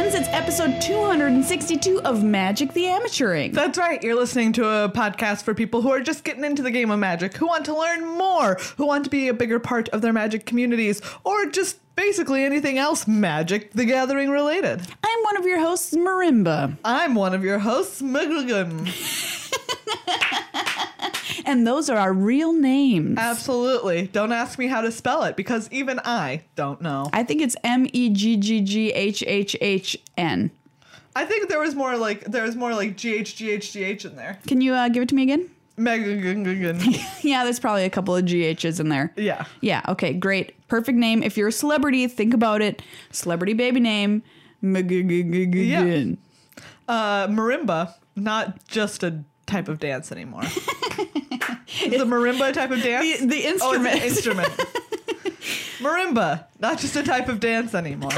episode 262 of Magic the Amateuring. That's right. You're listening to a podcast for people who are just getting into the game of magic, who want to learn more, who want to be a bigger part of their magic communities, or just basically anything else Magic the Gathering related. I'm one of your hosts, Marimba. I'm one of your hosts, Mugrigan. And those are our real names. Absolutely. Don't ask me how to spell it because even I don't know. I think it's M E G G G H H H N. I think there was more like there was more like G H G H G H in there. Can you uh, give it to me again? Mugrigan. yeah, there's probably a couple of GHs in there. Yeah. Yeah, okay, great. Perfect name. If you're a celebrity, think about it. Celebrity baby name. Yeah. Uh, marimba, not just a type of dance anymore. Is the marimba a type of dance? The, the Oh, it's an instrument. instrument. marimba, not just a type of dance anymore.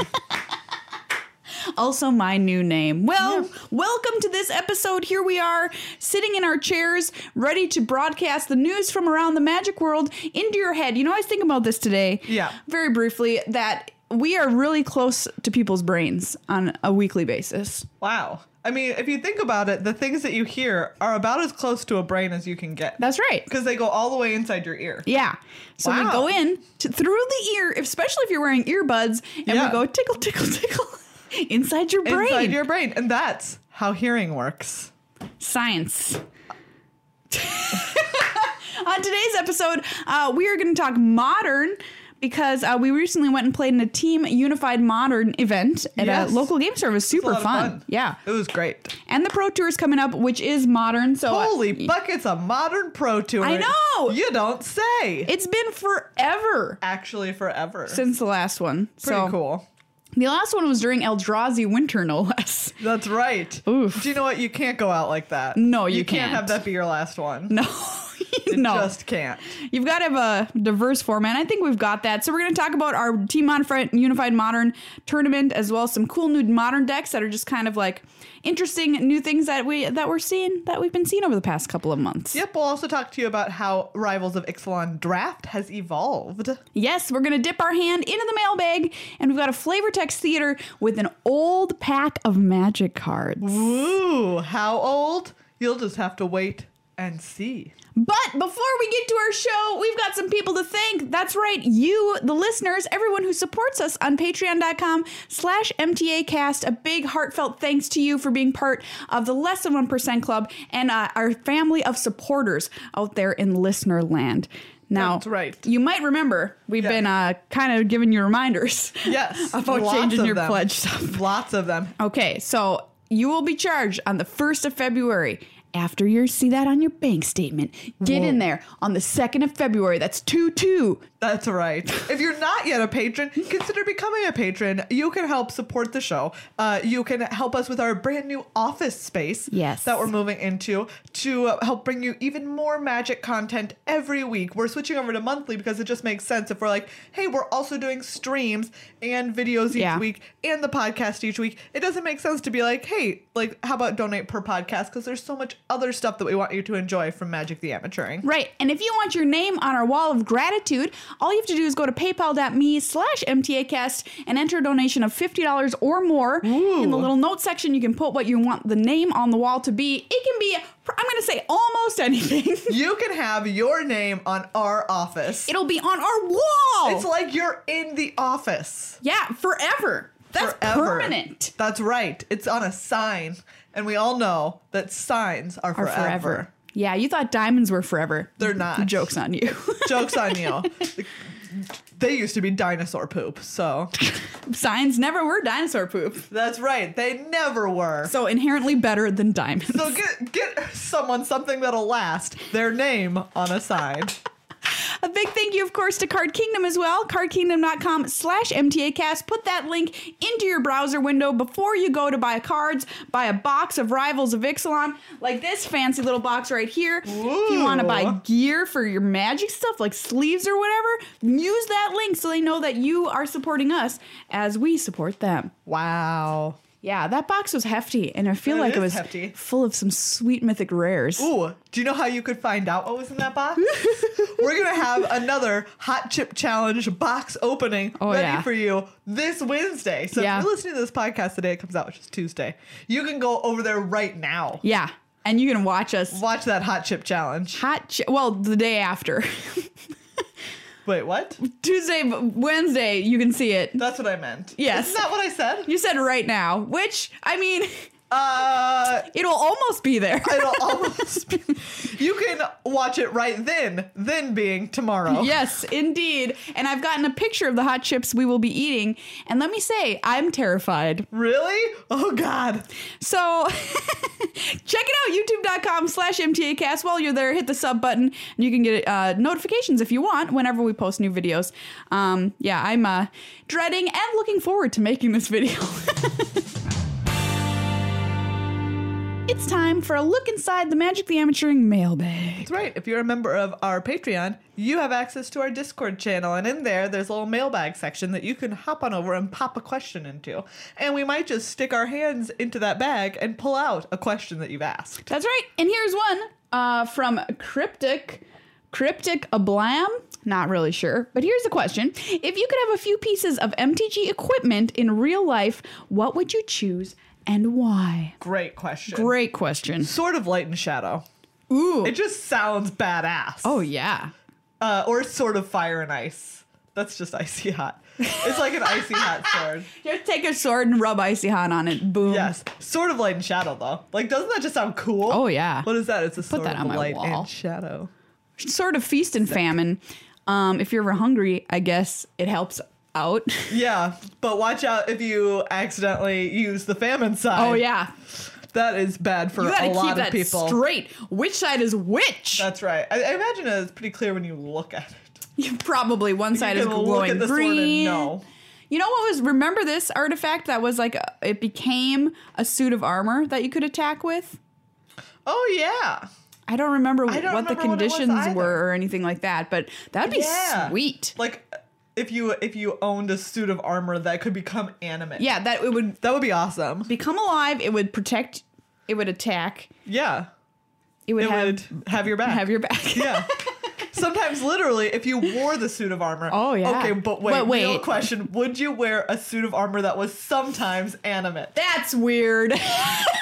also my new name. Well, welcome to this episode. Here we are, sitting in our chairs, ready to broadcast the news from around the magic world into your head. You know, I was thinking about this today. Yeah. Very briefly, that we are really close to people's brains on a weekly basis. Wow. I mean, if you think about it, the things that you hear are about as close to a brain as you can get That's right. because they go all the way inside your ear. Yeah. So we Wow. go in to, through the ear, especially if you're wearing earbuds, and Yeah. we go tickle, tickle, tickle inside your brain. Inside your brain. And that's how hearing works. science. On today's episode, uh, we are going to talk modern because uh, we recently went and played in a team unified modern event at Yes. a local game store. It was It's a super lot of fun. Yeah. It was great. And the Pro Tour is coming up, which is modern. So uh, Holy buckets of modern pro tour. I know! You don't say. it's been forever Actually, forever. since the last one. Pretty so cool. The last one was during Eldrazi winter, no less. That's right. Oof. Do you know what? You can't go out like that. No, you can't. have can't. that be your last one. No. no. Just can't. You've got to have a diverse format. I think we've got that. So we're going to talk about our Team Modern Unified Modern tournament as well as some cool new modern decks that are just kind of like interesting new things that we that we're seeing that we've been seeing over the past couple of months. Yep, we'll also talk to you about how Rivals of Ixalan Draft has evolved. Yes, we're going to dip our hand into the mailbag and we've got a flavor text theater with an old pack of magic cards. Ooh, how old? You'll just have to wait and see. But before we get to our show, we've got some people to thank. That's right, you, the listeners, everyone who supports us on patreon.com slash mtacast. A big heartfelt thanks to you for being part of the Less Than 1% Club and uh, our family of supporters out there in listener land. Now, That's right. you might remember we've Yeah. been uh, kind of giving you reminders Yes, about lots changing of your them. pledge stuff. Lots of them. Okay, so you will be charged on the 1st of February. After you see that on your bank statement, get in there on the 2nd of February. That's 2 2. That's right. If you're not yet a patron, consider becoming a patron. You can help support the show. Uh, you can help us with our brand new office space Yes. that we're moving into to uh, help bring you even more magic content every week. We're switching over to monthly because it just makes sense if we're like, hey, we're also doing streams and videos each Yeah. week and the podcast each week. It doesn't make sense to be like, hey, like, how about donate per podcast? Because there's so much other stuff that we want you to enjoy from Magic the Amateuring. Right. And if you want your name on our wall of gratitude, all you have to do is go to paypal.me slash MTAcast and enter a donation of $50 or more. In the little note section, you can put what you want the name on the wall to be. It can be, I'm going to say almost anything. You can have your name on our office. It'll be on our wall. It's like you're in the office. yeah, forever. That's forever. permanent. That's right. It's on a sign. And we all know that signs are are forever. forever. Yeah, you thought diamonds were forever. They're not. Joke's on you. Joke's on you. They used to be dinosaur poop. So Signs never were dinosaur poop. that's right. They never were. So inherently better than diamonds. So get get someone something that'll last. Their name on a sign. A big thank you, of course, to Card Kingdom as well. CardKingdom.com slash MTAcast. Put that link into your browser window before you go to buy cards, buy a box of Rivals of Ixalan, like this fancy little box right here. If you want to buy Ooh. gear for your magic stuff, like sleeves or whatever, use that link so they know that you are supporting us as we support them. Wow. Yeah, that box was hefty, and I feel It like it is was hefty. full of some sweet mythic rares. Ooh, do you know how you could find out what was in that box? We're gonna have another hot chip challenge box opening Oh, ready yeah. for you this Wednesday. So Yeah. if you're listening to this podcast today, it comes out which is Tuesday. You can go over there right now. Yeah, and you can watch us Watch that hot chip challenge. hot. Ch- well, the day after Wait, what? Tuesday, Wednesday, you can see it. That's what I meant. Yes. Isn't that what I said? You said right now, which I mean, Uh it'll almost be there. it'll almost be- You can watch it right then, then being tomorrow. Yes, indeed. And I've gotten a picture of the hot chips we will be eating. And let me say, I'm terrified. Really? Oh god. So check it out, youtube.com slash MTAcast. While you're there, hit the sub button and you can get uh, notifications if you want whenever we post new videos. Um, yeah, I'm uh, dreading and looking forward to making this video. it's time for a look inside the Magic the Amateuring mailbag. That's right. If you're a member of our Patreon, you have access to our Discord channel, and in there, there's a little mailbag section that you can hop on over and pop a question into. And we might just stick our hands into that bag and pull out a question that you've asked. That's right. And here's one uh, from Cryptic. Cryptic Ablam? Not really sure. But here's the question If you could have a few pieces of MTG equipment in real life, what would you choose and why? Great question. Great question. Sort of light and shadow. Ooh. It just sounds badass. Oh, yeah. Uh, or sort of fire and ice. That's just icy hot. It's like an icy hot sword. Just take a sword and rub Icy Hot on it. Boom. Yes. Sort of light and shadow, though. Like, doesn't that just sound cool? Oh, yeah. What is that? It's a sword that of on my light wall. and shadow. Sort of feast and famine. Um, if you're ever hungry, I guess it helps out. Yeah, but watch out if you accidentally use the famine side. oh, yeah. That is bad for You a gotta lot keep that of people. straight. Which side is which? That's right. I, I imagine it's pretty clear when you look at it. You probably one side is can look glowing at the sword and green. know. You know what was? Remember this artifact that was like a, it became a suit of armor that you could attack with. Oh, yeah. I don't remember I don't what the remember what it was conditions either. were or anything like that, but that'd be Yeah. sweet. Like, if you if you owned a suit of armor that could become animate. Yeah, that it would That would be awesome. become alive. It would protect. It would attack. Yeah. It would It have would have your back. have your back. yeah. Sometimes, literally, if you wore the suit of armor. Oh, yeah. Okay, but wait. But wait. Real question: Would you wear a suit of armor that was sometimes animate? That's weird.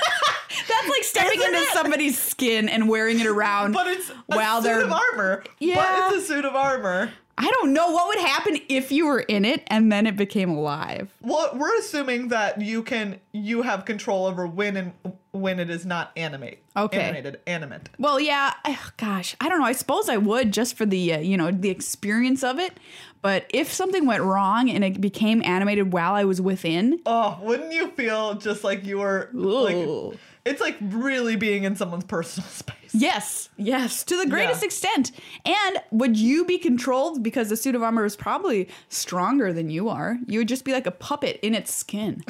That's like stepping Isn't into it? something skin and wearing it around. But it's a while suit they're of armor. Yeah. But it's a suit of armor. I don't know what would happen if you were in it and then it became alive. Well, we're assuming that you can you have control over when and when it is not animate. Okay. Animated, animate. Well, yeah, ugh, gosh, I don't know. I suppose I would just for the, uh, you know, the experience of it. But if something went wrong and it became animated while I was within, Oh, wouldn't you feel just like you were Ooh. like it's like really being in someone's personal space. yes, yes, to the greatest Yeah. extent. And would you be controlled because the suit of armor is probably stronger than you are? You would just be like a puppet in its skin.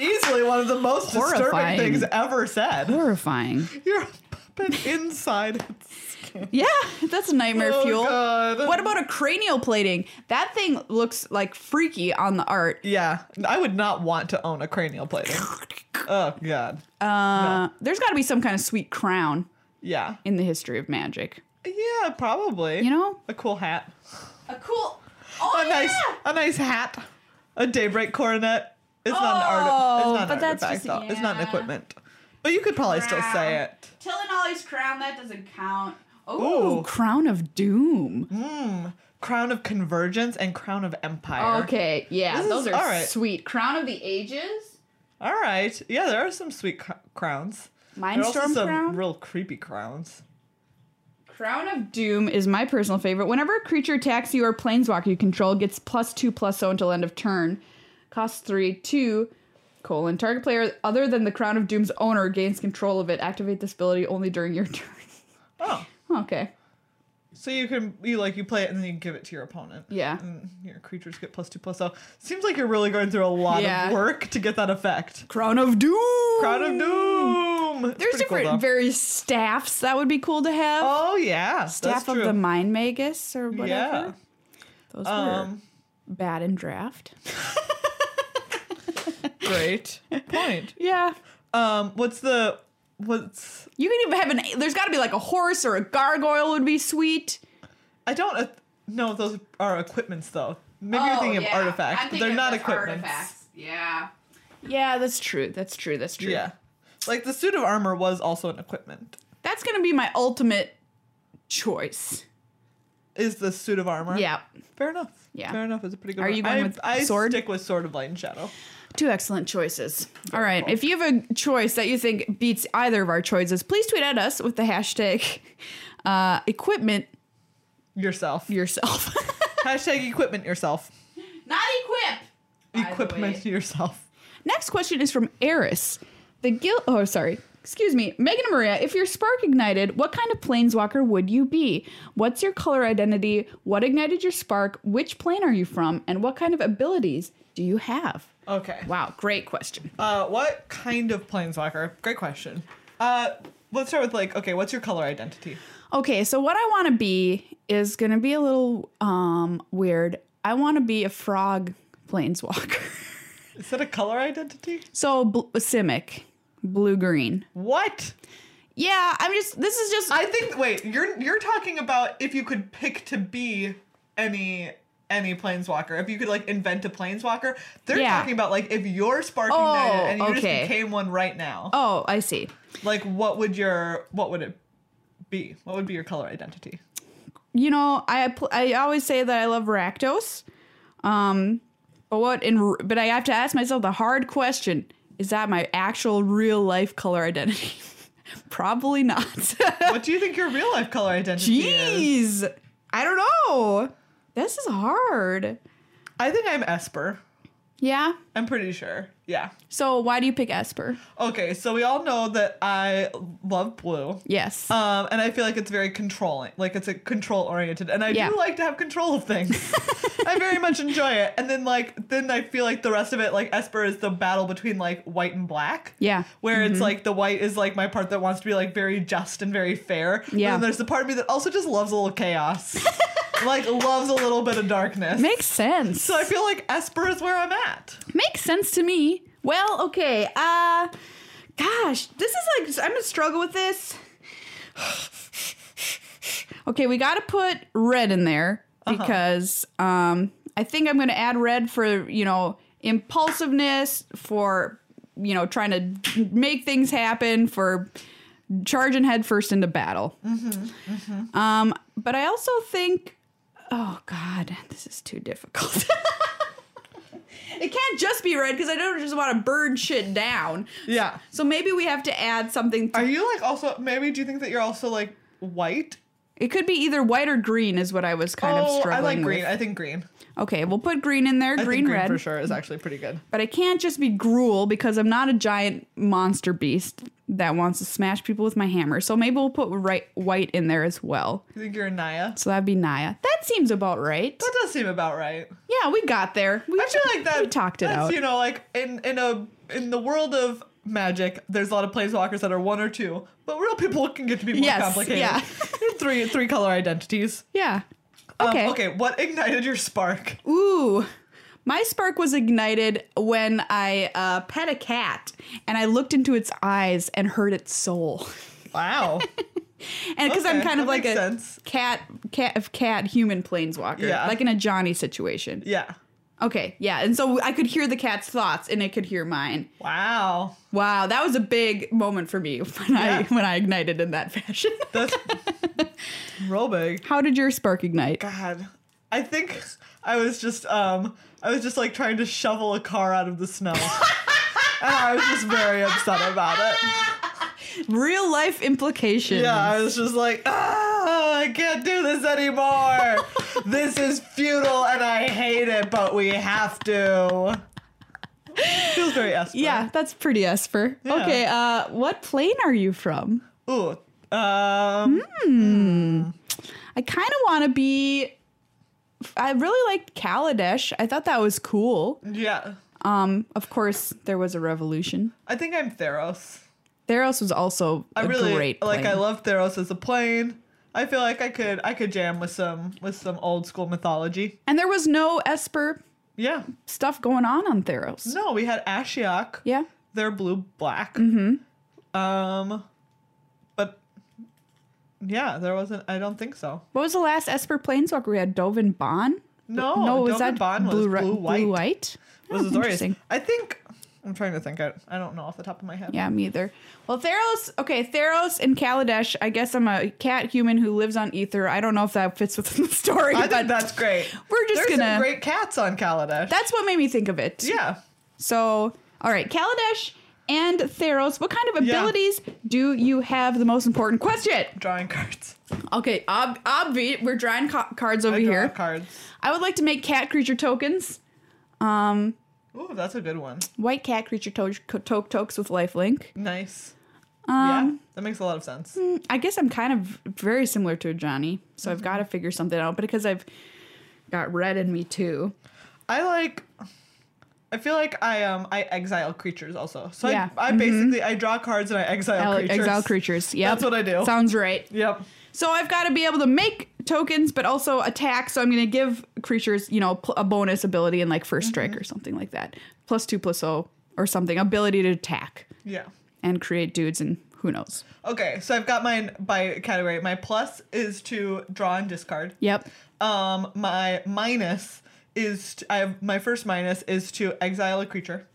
Easily one of the most Horrifying. disturbing things ever said. Horrifying. You're a puppet inside. Yeah, that's a nightmare Oh, fuel. God. What about a cranial plating? That thing looks like freaky on the art. Yeah, I would not want to own a cranial plating. Oh god. Uh, There's got to be some kind of sweet crown Yeah. in the history of magic. Yeah, probably. You know? a cool hat. A cool. Oh, a nice a nice hat, a daybreak coronet. It's not an Oh, art. It's not but an that's artifact just- though. It's not an yeah. equipment. But you could probably still say it. Tillinolly's crown, that doesn't count. Ooh. Ooh, crown of doom. Crown of Convergence and Crown of Empire. Oh, Okay, yeah, This those is- are all right. sweet. Crown of the ages. All right. Yeah, there are some sweet cr- crowns. There are also Mindstorm some crown. real creepy crowns. Crown of Doom is my personal favorite. Whenever a creature attacks you or planeswalker you control, gets plus two plus so until end of turn. Costs three, two, colon. Target player other than the Crown of Doom's owner gains control of it. Activate this ability only during your turn. Oh. okay. So you can you like you play it and then you give it to your opponent. Yeah. And your creatures get plus two plus oh. Seems like you're really going through a lot Yeah. of work to get that effect. Crown of Doom. Crown of Doom. It's There's pretty cool, different though. various staffs that would be cool to have. Oh yeah. Staff that's of true. the Mind Magus or whatever. Yeah. Those were. Um, bad in draft. Great point. Yeah. Um, what's the what's You can even have an. There's got to be like a horse or a gargoyle would be sweet. I don't uh, know if those are equipments though. Maybe Oh, you're Oh, thinking of artifacts, but they're not equipments. Yeah. Yeah, that's true. That's true. That's true. Yeah. Like the suit of armor was also an equipment. That's gonna be my ultimate choice. Is the suit of armor? Yeah. Fair enough. Yeah. Fair enough. It's a pretty good Are one. you going I, with I sword? stick with Sword of Light and Shadow. Two excellent choices. All right. If you have a choice that you think beats either of our choices, please tweet at us with the hashtag uh, equipment Yourself. yourself. Hashtag equipment yourself. Not equip. Equipment yourself. Next question is from Eris. The guild. Oh, sorry. Excuse me. Megan and Maria, if your spark ignited, what kind of planeswalker would you be? What's your color identity? What ignited your spark? Which plane are you from? And what kind of abilities do you have? Okay. Wow, great question. Uh, what kind of planeswalker? Great question. Uh, let's start with like, okay, what's your color identity? Okay, so what I want to be is going to be a little um, weird. I want to be a frog planeswalker. Is that a color identity? so, bl- Simic, blue green. What? Yeah, I'm just, this is just. I think. Wait, you're you're talking about if you could pick to be any any planeswalker. If you could like invent a planeswalker, they're Yeah. talking about like if you're Spark Oh, United and you okay. just became one right now. oh, I see. Like, what would your what would it be? What would be your color identity? you know, I pl- I always say that I love Rakdos, um, but what in r- but I have to ask myself the hard question: Is that my actual real life color identity? Probably not. What do you think your real life color identity is? Jeez, I don't know. This is hard. I think I'm Esper. Yeah. I'm pretty sure. Yeah. So why do you pick Esper? Okay, so we all know that I love blue. Yes. Um, and I feel like it's very controlling. Like it's a control oriented. And I Yeah. do like to have control of things. I very much enjoy it. And then like then I feel like the rest of it, like Esper is the battle between like white and black. yeah. Mm-hmm. Where it's like the white is like my part that wants to be like very just and very fair. Yeah. And there's the part of me that also just loves a little chaos. like loves a little bit of darkness. Makes sense. so I feel like Esper is where I'm at. Makes sense to me. Well, okay. Uh gosh, this is like I'm going to struggle with this. okay, we got to put red in there because um I think I'm going to add red for, you know, impulsiveness for, you know, trying to make things happen for charging headfirst into battle. Um but I also think oh god, this is too difficult. It can't just be red because I don't just want to burn shit down. Yeah. So maybe we have to add something. To- Are you like also maybe do you think that you're also like white? it could be either white or green, is what I was kind of struggling Oh, I like green. with. I think green. Okay, we'll put green in there, I green, think green red. for sure is actually pretty good. But I can't just be gruel because I'm not a giant monster beast that wants to smash people with my hammer. So maybe we'll put right, white in there as well. You think you're a Naya? So that'd be Naya. That seems about right. That does seem about right. Yeah, we got there. We, I feel like that we talked it that's, out. You know, like in in a in the world of magic, there's a lot of planeswalkers that are one or two, but real people can get to be more Yes, complicated. yeah. three three color identities. yeah. Um, okay. What ignited your spark? Ooh. My spark was ignited when I uh, pet a cat and I looked into its eyes and heard its soul. Wow. And because I'm Okay, kind of that like a makes sense. cat, cat of cat, human planeswalker, Yeah. like in a Johnny situation. yeah. Okay, yeah. And so I could hear the cat's thoughts and it could hear mine. Wow. Wow, that was a big moment for me when I Yeah. when I ignited in that fashion. That's real big. How did your spark ignite? God, I think I was just um I was just like trying to shovel a car out of the snow. and I was just very upset about it. Real life implications. Yeah, I was just like, ah, I can't do this anymore. this is futile and I hate it, but we have to. Feels very Esper. Yeah, that's pretty Esper. Yeah. Okay, uh, what plane are you from? Ooh. Um, I kind of want to be. I really liked Kaladesh. I thought that was cool. yeah. Um, of course, there was a revolution. I think I'm Theros. Theros was also I a really great like. plane. I love Theros as a plane. I feel like I could I could jam with some with some old school mythology. And there was no Esper Yeah. stuff going on on Theros. No, we had Ashiok. Yeah. They're blue black. Mm-hmm. Um, but yeah, there wasn't. I don't think so. What was the last Esper Planeswalker we had? Dovin Bon? No, no, was Dovahkiin that Bond Oh, was blue, ri- blue white. Blue white? Was Oh, Azorius. interesting. I think I'm trying to think. I, I don't know off the top of my head. Yeah, me either. Well, Theros, okay, Theros and Kaladesh. I guess I'm a cat human who lives on ether. I don't know if that fits with the story, I but think that's great. we're just There's gonna- some great cats on Kaladesh. that's what made me think of it. yeah. So, all right, Kaladesh and Theros, what kind of Yeah. abilities do you have? The most important question. Drawing cards. Okay, ob- obvi, we're drawing ca- cards over I draw here. cards. I would like to make cat creature tokens. Um, Ooh, that's a good one. white cat creature to- toke tokes with lifelink. Nice. yeah, Um, that makes a lot of sense. I guess I'm kind of very similar to a Johnny, so I've got to figure something out. But because I've got red in me too, I like. I feel like I um I exile creatures also. So Yeah. I, I basically I draw cards and I exile I'll- creatures. exile creatures. Yep. That's what I do. Sounds right. Yep. So I've got to be able to make tokens, but also attack. So I'm going to give creatures, you know, pl- a bonus ability in like first Mm-hmm. strike or something like that, plus two, plus oh, or something. Ability to attack Yeah. and create dudes, and who knows. Okay, so I've got mine by category. My plus is to draw and discard. Yep. Um, my minus is t I I have my first minus is to exile a creature.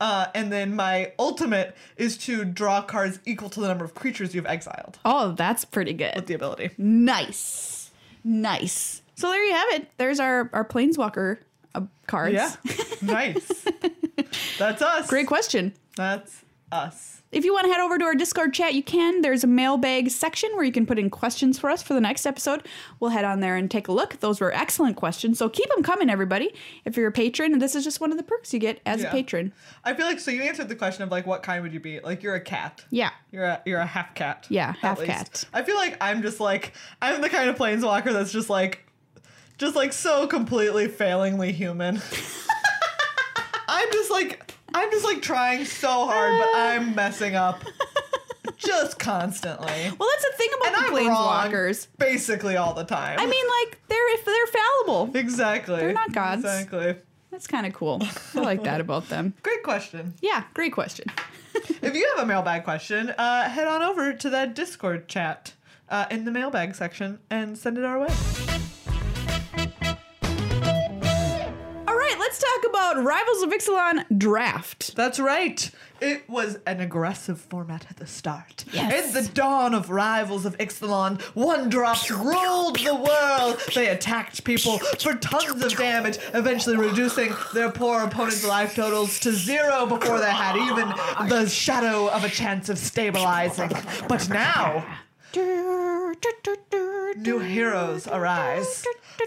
Uh, and then my ultimate is to draw cards equal to the number of creatures you've exiled Oh, that's pretty with good. the ability. Nice, nice. So there you have it. There's our our planeswalker uh, cards. Yeah. nice. That's us. Great question. That's us. If you want to head over to our Discord chat, you can. There's a mailbag section where you can put in questions for us for the next episode. We'll head on there and take a look. Those were excellent questions, so keep them coming, everybody. If you're a patron, this is just one of the perks you get as a Yeah. patron. I feel like so you answered the question of like what kind would you be? Like you're a cat. Yeah. You're a you're a half cat. Yeah, at half least. cat. I feel like I'm just like I'm the kind of planeswalker that's just like just like so completely failingly human. I'm just like I'm just like trying so hard, but I'm messing up just constantly. Well, that's the thing And about I'm the planeswalkers. wrong basically all the time. I mean, like they're if they're fallible. exactly. they're not gods. Exactly. That's kind of cool. I like that about them. Great question. Yeah, great question. If you have a mailbag question, uh, head on over to that Discord chat uh, in the mailbag section and send it our way. All right, let's talk about Rivals of Ixalan draft. That's right. It was an aggressive format at the start. Yes. In the dawn of rivals of Ixalan, one drop ruled the world. They attacked people for tons of damage, eventually reducing their poor opponent's life totals to zero before they had even the shadow of a chance of stabilizing. But now, new heroes arise.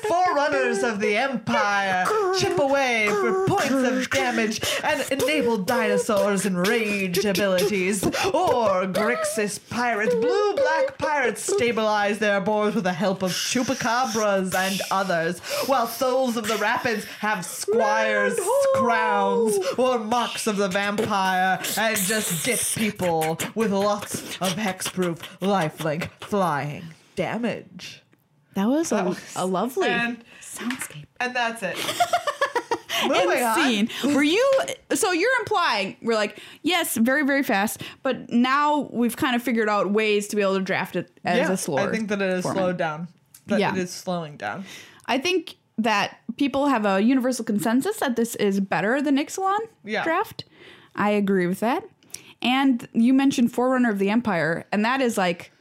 Forerunners of the Empire chip away for points of damage and enable dinosaurs and rage abilities. Or Grixis pirates, blue black pirates stabilize their boards with the help of chupacabras and others, while souls of the rapids have squires' crowns or marks of the vampire and just dip people with lots of hexproof lifelink flying damage. That was a, a lovely and- soundscape. And that's it. and Moving on. scene. Were you so you're implying we're like, yes, very, very fast, but now we've kind of figured out ways to be able to draft it as Yeah, a slower. I think that it is format. slowed down. That Yeah. it is slowing down. I think that people have a universal consensus that this is better than Ixalan Yeah. draft. I agree with that. And you mentioned Forerunner of the Empire, and that is like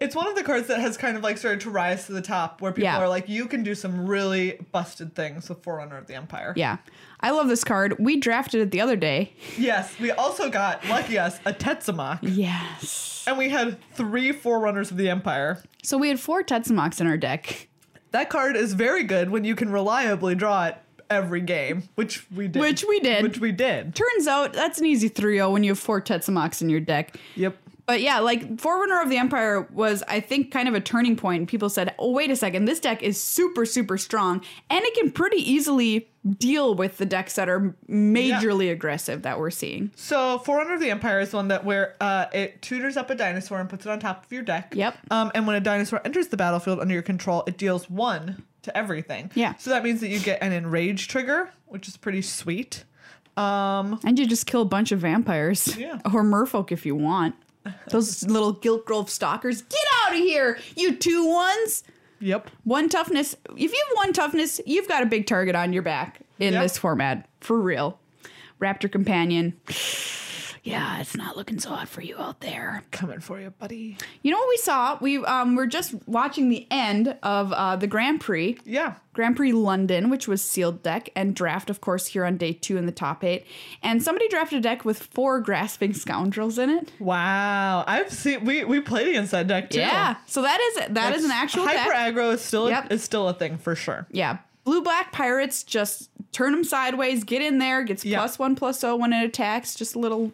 It's one of the cards that has kind of like started to rise to the top where people Yeah. are like, you can do some really busted things with Forerunner of the Empire. yeah. I love this card. We drafted it the other day. Yes, we also got, lucky us, a Tetsamok. Yes. And we had three Forerunners of the Empire. So we had four Tetsumoks in our deck. That card is very good when you can reliably draw it every game, which we did. Which we did. Which we did. Turns out that's an easy 3 0 when you have four Tetsumoks in your deck. Yep. But yeah, like Forerunner of the Empire was, I think, kind of a turning point. People said, oh, wait a second, this deck is super, super strong, and it can pretty easily deal with the decks that are majorly aggressive that we're seeing. So Forerunner of the Empire is one that where uh, it tutors up a dinosaur and puts it on top of your deck. Yep. Um, and when a dinosaur enters the battlefield under your control, it deals one to everything. Yeah. So that means that you get an enrage trigger, which is pretty sweet. Um, And you just kill a bunch of vampires. Yeah. Or merfolk if you want. Those little Gilt Grove stalkers. Get out of here, you two ones. yep. One toughness. If you have one toughness, you've got a big target on your back in Yep. this format. For real. Raptor companion. Yeah, it's not looking so hot for you out there. Coming for you, buddy. You know what we saw? We um, were just watching the end of uh, the Grand Prix. Yeah. Grand Prix London, which was sealed deck, and draft, of course, here on day two in the top eight. And somebody drafted a deck with four grasping scoundrels in it. Wow. I've seen we we played against that deck too. Yeah. So that is that is an actual hyper deck. aggro is still Yep. is still a thing for sure. Yeah. Blue black pirates just turn them sideways, get in there, gets Yeah. plus one plus oh when it attacks, just a little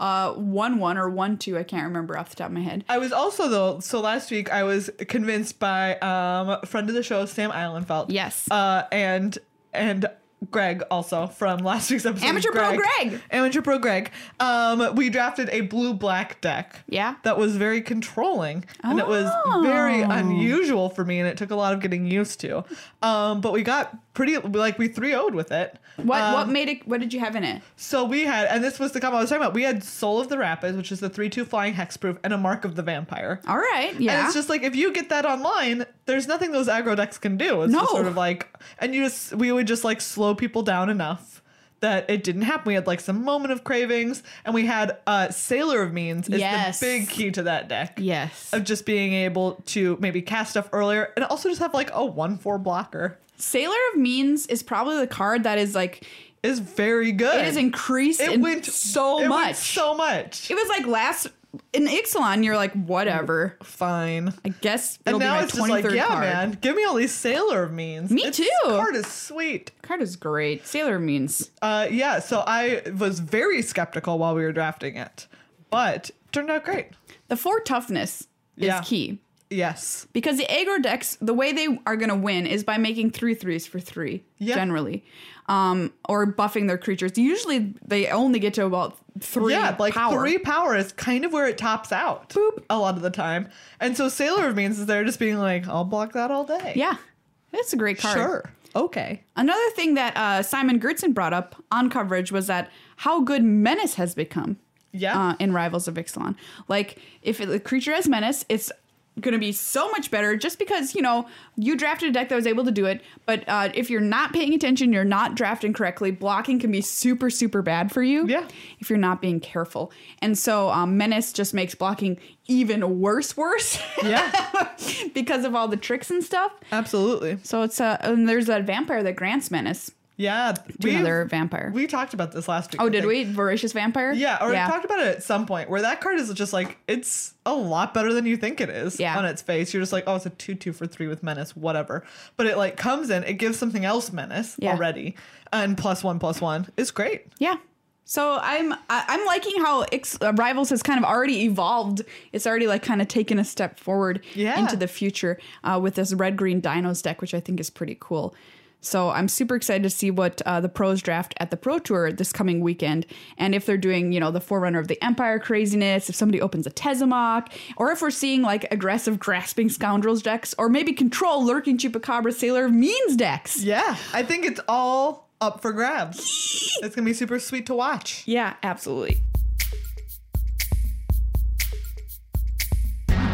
uh one one or one two, I can't remember off the top of my head. I was also though. So last week I was convinced by um friend of the show Sam Eilenfeld. Yes. Uh, and and Greg also from last week's episode. Amateur Pro Greg. Amateur pro Greg. Um, we drafted a blue black deck. Yeah. That was very controlling and it was very Oh. unusual for me and it took a lot of getting used to. Um, but we got pretty like we 3-0'd with it. What Um, what made it what did you have in it? so we had, and this was the combo I was talking about. We had Soul of the Rapids, which is the three-two flying hexproof, and a Mark of the Vampire. All right. Yeah. And it's just like if you get that online, there's nothing those aggro decks can do. It's just No. sort of like, and you just we would just like slow people down enough that it didn't happen. We had like some moment of cravings, and we had uh, Sailor of Means is Yes. the big key to that deck yes. of just being able to maybe cast stuff earlier, and also just have like a one-four blocker Sailor of Means is probably the card that is like is very good. it is increased It in went so it went much. so much. it was like last in Ixalan, you're like, whatever. Fine. I guess And it'll be now my it's just like, 23rd yeah, card. man, give me all these Sailor of Means. Me It's- too. Card is sweet. Card is great. Sailor means Uh, yeah, so I was very skeptical while we were drafting it, but turned out great. the four toughness is Yeah. key Yes. because the aggro decks, the way they are going to win is by making three threes for three Yeah. generally, um, or buffing their creatures. Usually they only get to about three. yeah, like power. three power is kind of where it tops out Boop. a lot of the time. And so Sailor of Means is there just being like, I'll block that all day. Yeah, that's a great card. Sure. Okay. Another thing that uh, Simon Gertzen brought up on coverage was that how good Menace has become. Yeah. Uh, in Rivals of Ixalan. Like, if it, the creature has Menace, it's going to be so much better just because, you know, you drafted a deck that was able to do it. But uh, if you're not paying attention, you're not drafting correctly, blocking can be super, super bad for you Yeah. if you're not being careful. And so um, Menace just makes blocking even worse, worse Yeah, because of all the tricks and stuff. absolutely. So it's uh, and there's that vampire that grants menace Yeah. to we've- another vampire. We talked about this last week. oh, I did think. we? Voracious vampire. Yeah, or yeah. we talked about it at some point where that card is just like it's a lot better than you think it is Yeah. on its face. You're just like, oh, it's a two two for three with menace, whatever. But it like comes in, it gives something else menace Yeah. already, and plus one plus one is great. Yeah. So I'm I- I'm liking how Ix, uh, Rivals has kind of already evolved. It's already like kind of taken a step forward Yeah. into the future uh, with this red green dinos deck, which I think is pretty cool. So I'm super excited to see what uh, the pros draft at the Pro Tour this coming weekend, and if they're doing you know the Forerunner of the Empire craziness, if somebody opens a Tezamok, or if we're seeing like aggressive grasping scoundrels decks, or maybe control lurking chupacabra sailor of means decks. Yeah, I think it's all up for grabs. it's gonna be super sweet to watch. Yeah, absolutely.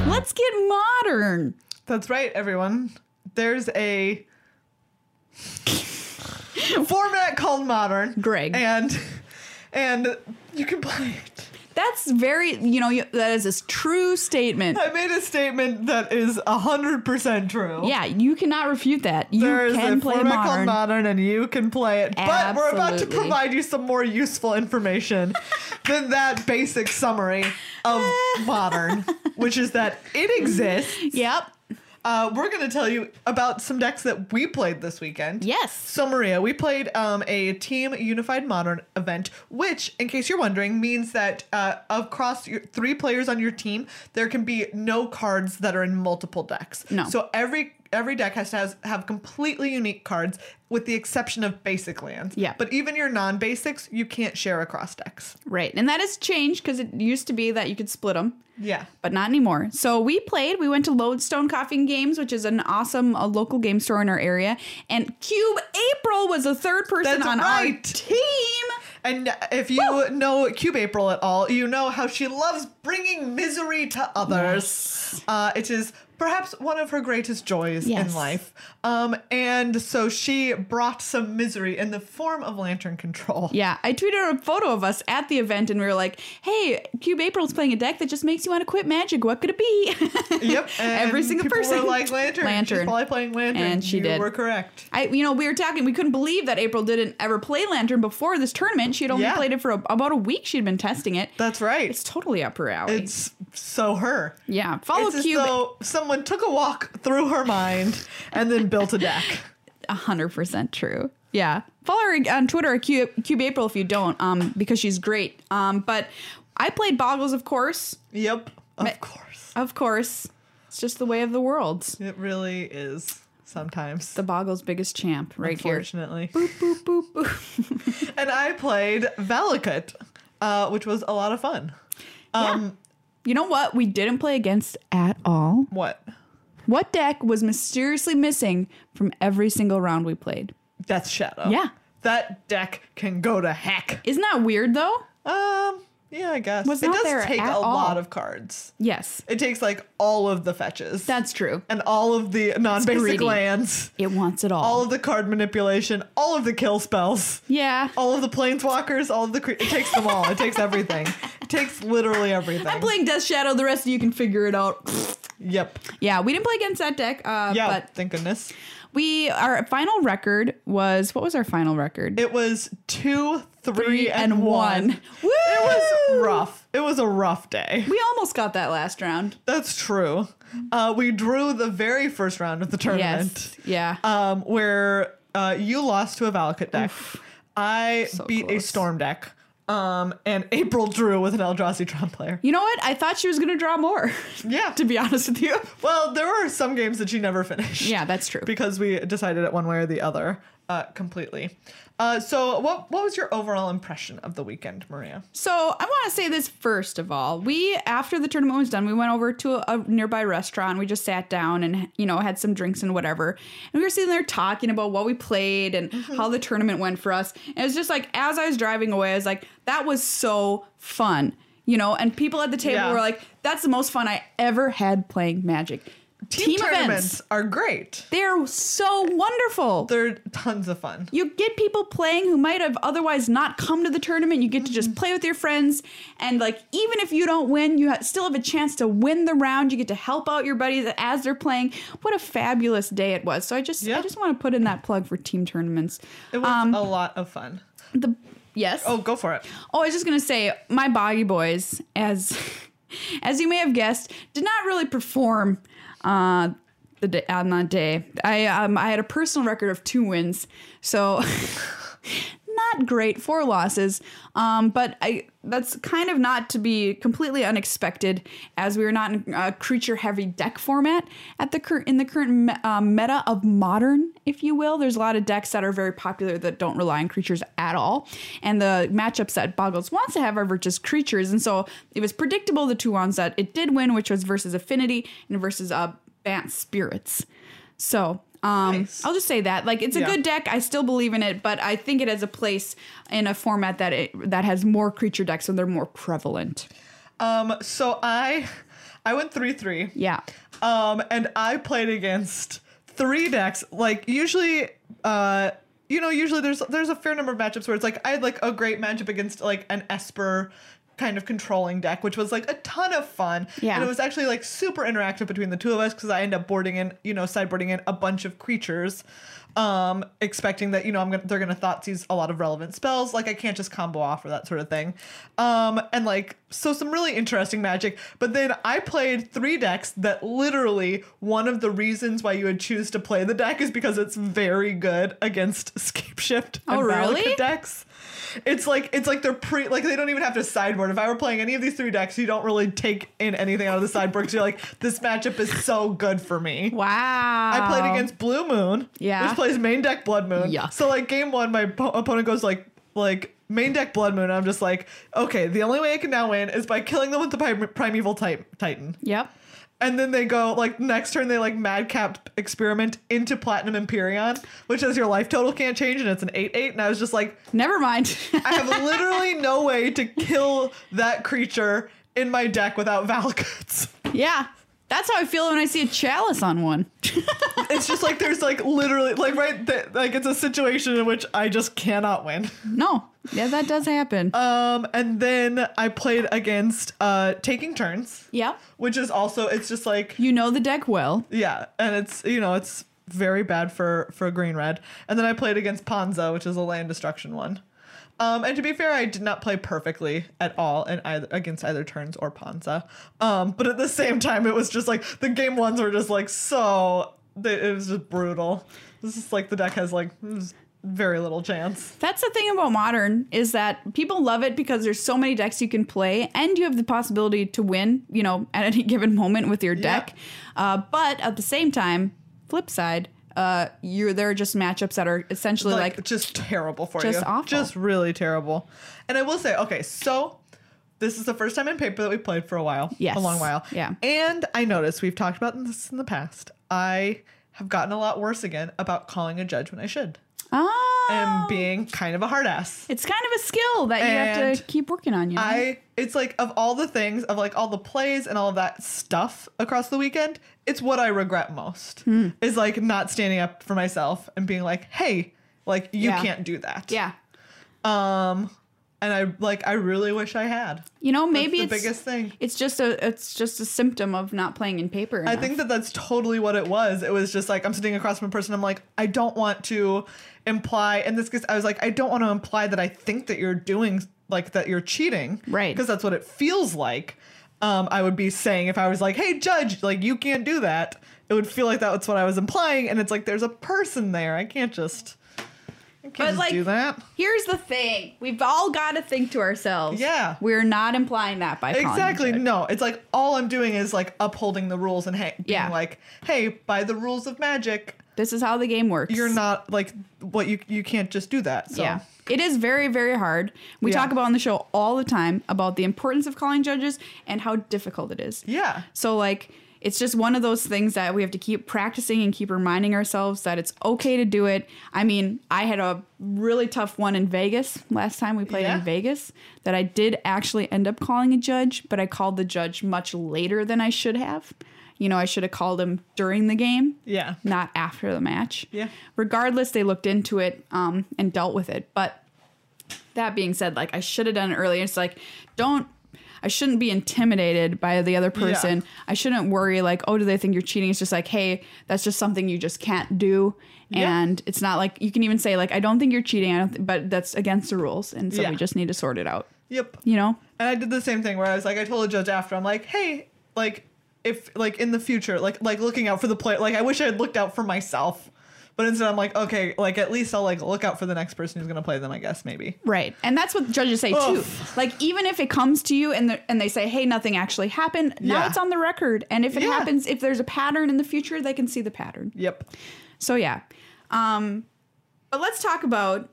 Let's get modern. That's right, everyone. There's a format called modern, Greg. and and you can play it. That's very, you know, you- that is a true statement. I made a statement that is 100% true. Yeah, you cannot refute that. You There is can a play format called modern. Modern and you can play it. But we're about to Absolutely. provide you some more useful information than that basic summary of Modern, which is that it exists. Yep. uh, we're going to tell you about some decks that we played this weekend. Yes. So, Maria, we played um, a Team Unified Modern event, which, in case you're wondering, means that uh, across your three players on your team, there can be no cards that are in multiple decks. No. So every every deck has to has, have completely unique cards, with the exception of basic lands. Yeah. But even your non-basics, you can't share across decks. Right. And that has changed because it used to be that you could split them. Yeah. but not anymore. So we played. We went to Lodestone Coffee and Games, which is an awesome uh, local game store in our area. And Cube April was a third person That's on our right. team. And if you know Cube April at all, you know how she loves bringing misery to others. Uh, it is perhaps one of her greatest joys Yes. in life. Um, and so she brought some misery in the form of lantern control. Yeah, I tweeted a photo of us at the event, and we were like, "Hey, Cube April's playing a deck that just makes you want to quit Magic. What could it be?" Yep. Every and single people person. Were like lantern. Lantern. She's probably playing lantern. And she you did. Were correct. I, you know, we were talking. We couldn't believe that April didn't ever play Lantern before this tournament. She had only Yeah. played it for a, about a week. She'd been testing it. That's right. It's It's, totally up her alley. so her. yeah, follow it's as Oh, Cube though someone took a walk through her mind and then built a deck. A hundred percent true. Yeah, follow her on Twitter at Cube, Cube April if you don't, um, because she's great. Um, but I played Boggles, of course, Yep. Ma- Of course. of course. It's just the way of the world. It really is sometimes. The Boggles' biggest champ, right here. unfortunately. Boop boop boop. And I played Valakut, uh, which was a lot of fun. Um, You know what? We didn't play against at all. What? What deck was mysteriously missing from every single round we played? Death Shadow. Yeah. That deck can go to heck. Isn't that weird though? Um, yeah, I guess. Was it not does there take at a all. lot of cards. Yes, It takes like all of the fetches. that's true. and all of the non basic greedy. lands, It wants it all. all of the card manipulation, all of the kill spells, yeah. all of the planeswalkers, all of the. Cre- it takes them all. It takes everything. It takes literally everything. I'm playing Death Shadow. The rest of you can figure it out. Yep. Yeah, we didn't play against that deck. Uh, Yeah. But thank goodness. we our final record was what was our final record? It was two, three, and, one. Woo! It was rough. It was a rough day. We almost got that last round. That's true. Uh, we drew the very first round of the tournament, Yes. Yeah. um, where uh, you lost to a Valakut deck. I So beat close. a Storm deck, um, and April drew with an Eldrazi Tron player. you know what? I thought she was gonna draw more. Yeah. to be honest with you. Well, there were some games that she never finished. Yeah, that's true. Because we decided it one way or the other uh, completely. Uh, so, what what was your overall impression of the weekend, Maria? So I want to say this first of all. We after the tournament was done, we went over to a, a nearby restaurant. We just sat down and you know had some drinks and whatever. And we were sitting there talking about what we played and Mm-hmm. how the tournament went for us. And it was just like as I was driving away, I was like, that was so fun, you know. And people at the table Yeah. were like, that's the most fun I ever had playing Magic. Team, tournaments are great. They're so wonderful. They're tons of fun. You get people playing who might have otherwise not come to the tournament. You get to Mm-hmm. just play with your friends, and like even if you don't win, you ha- still have a chance to win the round. You get to help out your buddies as they're playing. What a fabulous day it was! So I just I Yeah. just want to put in that plug for team tournaments. It was um, a lot of fun. the yes. Oh, go for it. Oh, I was just gonna say, my Boggy Boys, as as you may have guessed, did not really perform uh, the day, on that day. I um, I had a personal record of two wins, so not great. Four losses, um, but I that's kind of not to be completely unexpected, as we were not in a creature heavy deck format at the cur- in the current me- uh, meta of modern, if you will. There's a lot of decks that are very popular that don't rely on creatures at all, and the matchups that Boggles wants to have are just creatures, and so it was predictable the two ones that it did win, which was versus Affinity and versus uh, Bant Spirits. So. Um, Nice. I'll just say that like it's a Yeah. good deck. I still believe in it, but I think it has a place in a format that it, that has more creature decks and they're more prevalent. Um, so I I went three three. Yeah. Um, and I played against three decks. Like usually, uh, you know, usually there's there's a fair number of matchups where it's like I had like a great matchup against like an Esper kind of controlling deck, which was like a ton of fun. Yeah. And it was actually like super interactive between the two of us because I end up boarding in, you know, sideboarding in a bunch of creatures, um, expecting that, you know, I'm gonna they're gonna thought seize a lot of relevant spells. Like I can't just combo off or that sort of thing. Um, and like so some really interesting magic. But then I played three decks that literally one of the reasons why you would choose to play the deck is because it's very good against Scape Shift and Oh, really? Valakut decks. It's like it's like they're pre like they don't even have to sideboard. If I were playing any of these three decks, you don't really take in anything out of the sideboard because you're like, this matchup is so good for me. Wow. I played against Blue Moon, Yeah. which plays main deck Blood Moon. Yuck. So like game one, my po- opponent goes like like main deck Blood Moon. And I'm just like, okay, the only way I can now win is by killing them with the prim- primeval type Titan. Yep. And then they go like next turn they like madcap experiment into Platinum Imperion, which says your life total can't change and it's an eight eight. And I was just like, Never mind. I have literally no way to kill that creature in my deck without Valakuts. yeah. That's how I feel when I see a chalice on one. It's just like there's like literally like right th- like it's a situation in which I just cannot win. No. Yeah, that does happen. Um, and then I played against uh taking turns, yep. which is also it's just like You know the deck well. yeah, and it's you know it's very bad for for green red. And then I played against Ponza, which is a land destruction one. Um, and to be fair, I did not play perfectly at all in either, against either turns or Ponza. Um, but at the same time, it was just like the game ones were just like so. They, it was just brutal. This is like the deck has like very little chance. That's the thing about modern is that people love it because there's so many decks you can play and you have the possibility to win, you know, at any given moment with your Yeah. deck. Uh, but at the same time, flip side, uh, you're there are just matchups that are essentially like, like, just terrible for just you. awful. Just really terrible. And I will say, okay, so this is the first time in paper that we played for a while. Yes. A long while. Yeah. And I noticed we've talked about this in the past. I have gotten a lot worse again about calling a judge when I should. oh, And being kind of a hard ass. it's kind of a skill that you have to And keep working on. You know? I it's like of all the things of like all the plays and all of that stuff across the weekend, it's what I regret most. Hmm. Is like not standing up for myself and being like, hey, like you Yeah. can't do that. yeah. Um, and I like I really wish I had. You know, maybe the it's biggest thing. it's just a it's just a symptom of not playing in paper. I enough. think that that's totally what it was. It was just like I'm sitting across from a person. I'm like, I don't want to imply. In this case, I was like, I don't want to imply that I think that you're doing like that you're cheating, Right. Because that's what it feels like. Um, I would be saying if I was like, hey, judge, like you can't do that. It would feel like that's what I was implying, and it's like there's a person there. I can't just, I can't just like- do that. Here's the thing. We've all got to think to ourselves. Yeah. We're not implying that by calling each Exactly. other. No, it's like all I'm doing is like upholding the rules and hey, being Yeah. like, hey, by the rules of magic, This is how the game works. you're not like what you you can't just do that. So. Yeah. It is very, very hard. We Yeah. talk about on the show all the time about the importance of calling judges and how difficult it is. Yeah. So, like, it's just one of those things that we have to keep practicing and keep reminding ourselves that it's okay to do it. I mean, I had a really tough one in Vegas last time we played Yeah. in Vegas that I did actually end up calling a judge, but I called the judge much later than I should have. You know, I should have called him during the game Yeah. not after the match. Yeah. Regardless, they looked into it um, and dealt with it. But that being said, like I should have done it earlier. It's like don't. I shouldn't be intimidated by the other person. I shouldn't worry like, oh, do they think you're cheating? It's just like, hey, that's just something you just can't do, Yeah. and it's not like you can even say like, I don't think you're cheating, I don't th- but that's against the rules, and so Yeah. we just need to sort it out. Yep. You know? And I did the same thing where I was like, I told the judge after, I'm like, hey, like if like in the future, like like looking out for the player, like I wish I had looked out for myself. But instead, I'm like, okay, like at least I'll like look out for the next person who's gonna play them. I guess maybe. Right. And that's what judges say too. Oof. Like even if it comes to you and the, and they say, "Hey, nothing actually happened." Now Yeah. it's on the record. And if it Yeah. happens, if there's a pattern in the future, they can see the pattern. Yep. So yeah. Um but let's talk about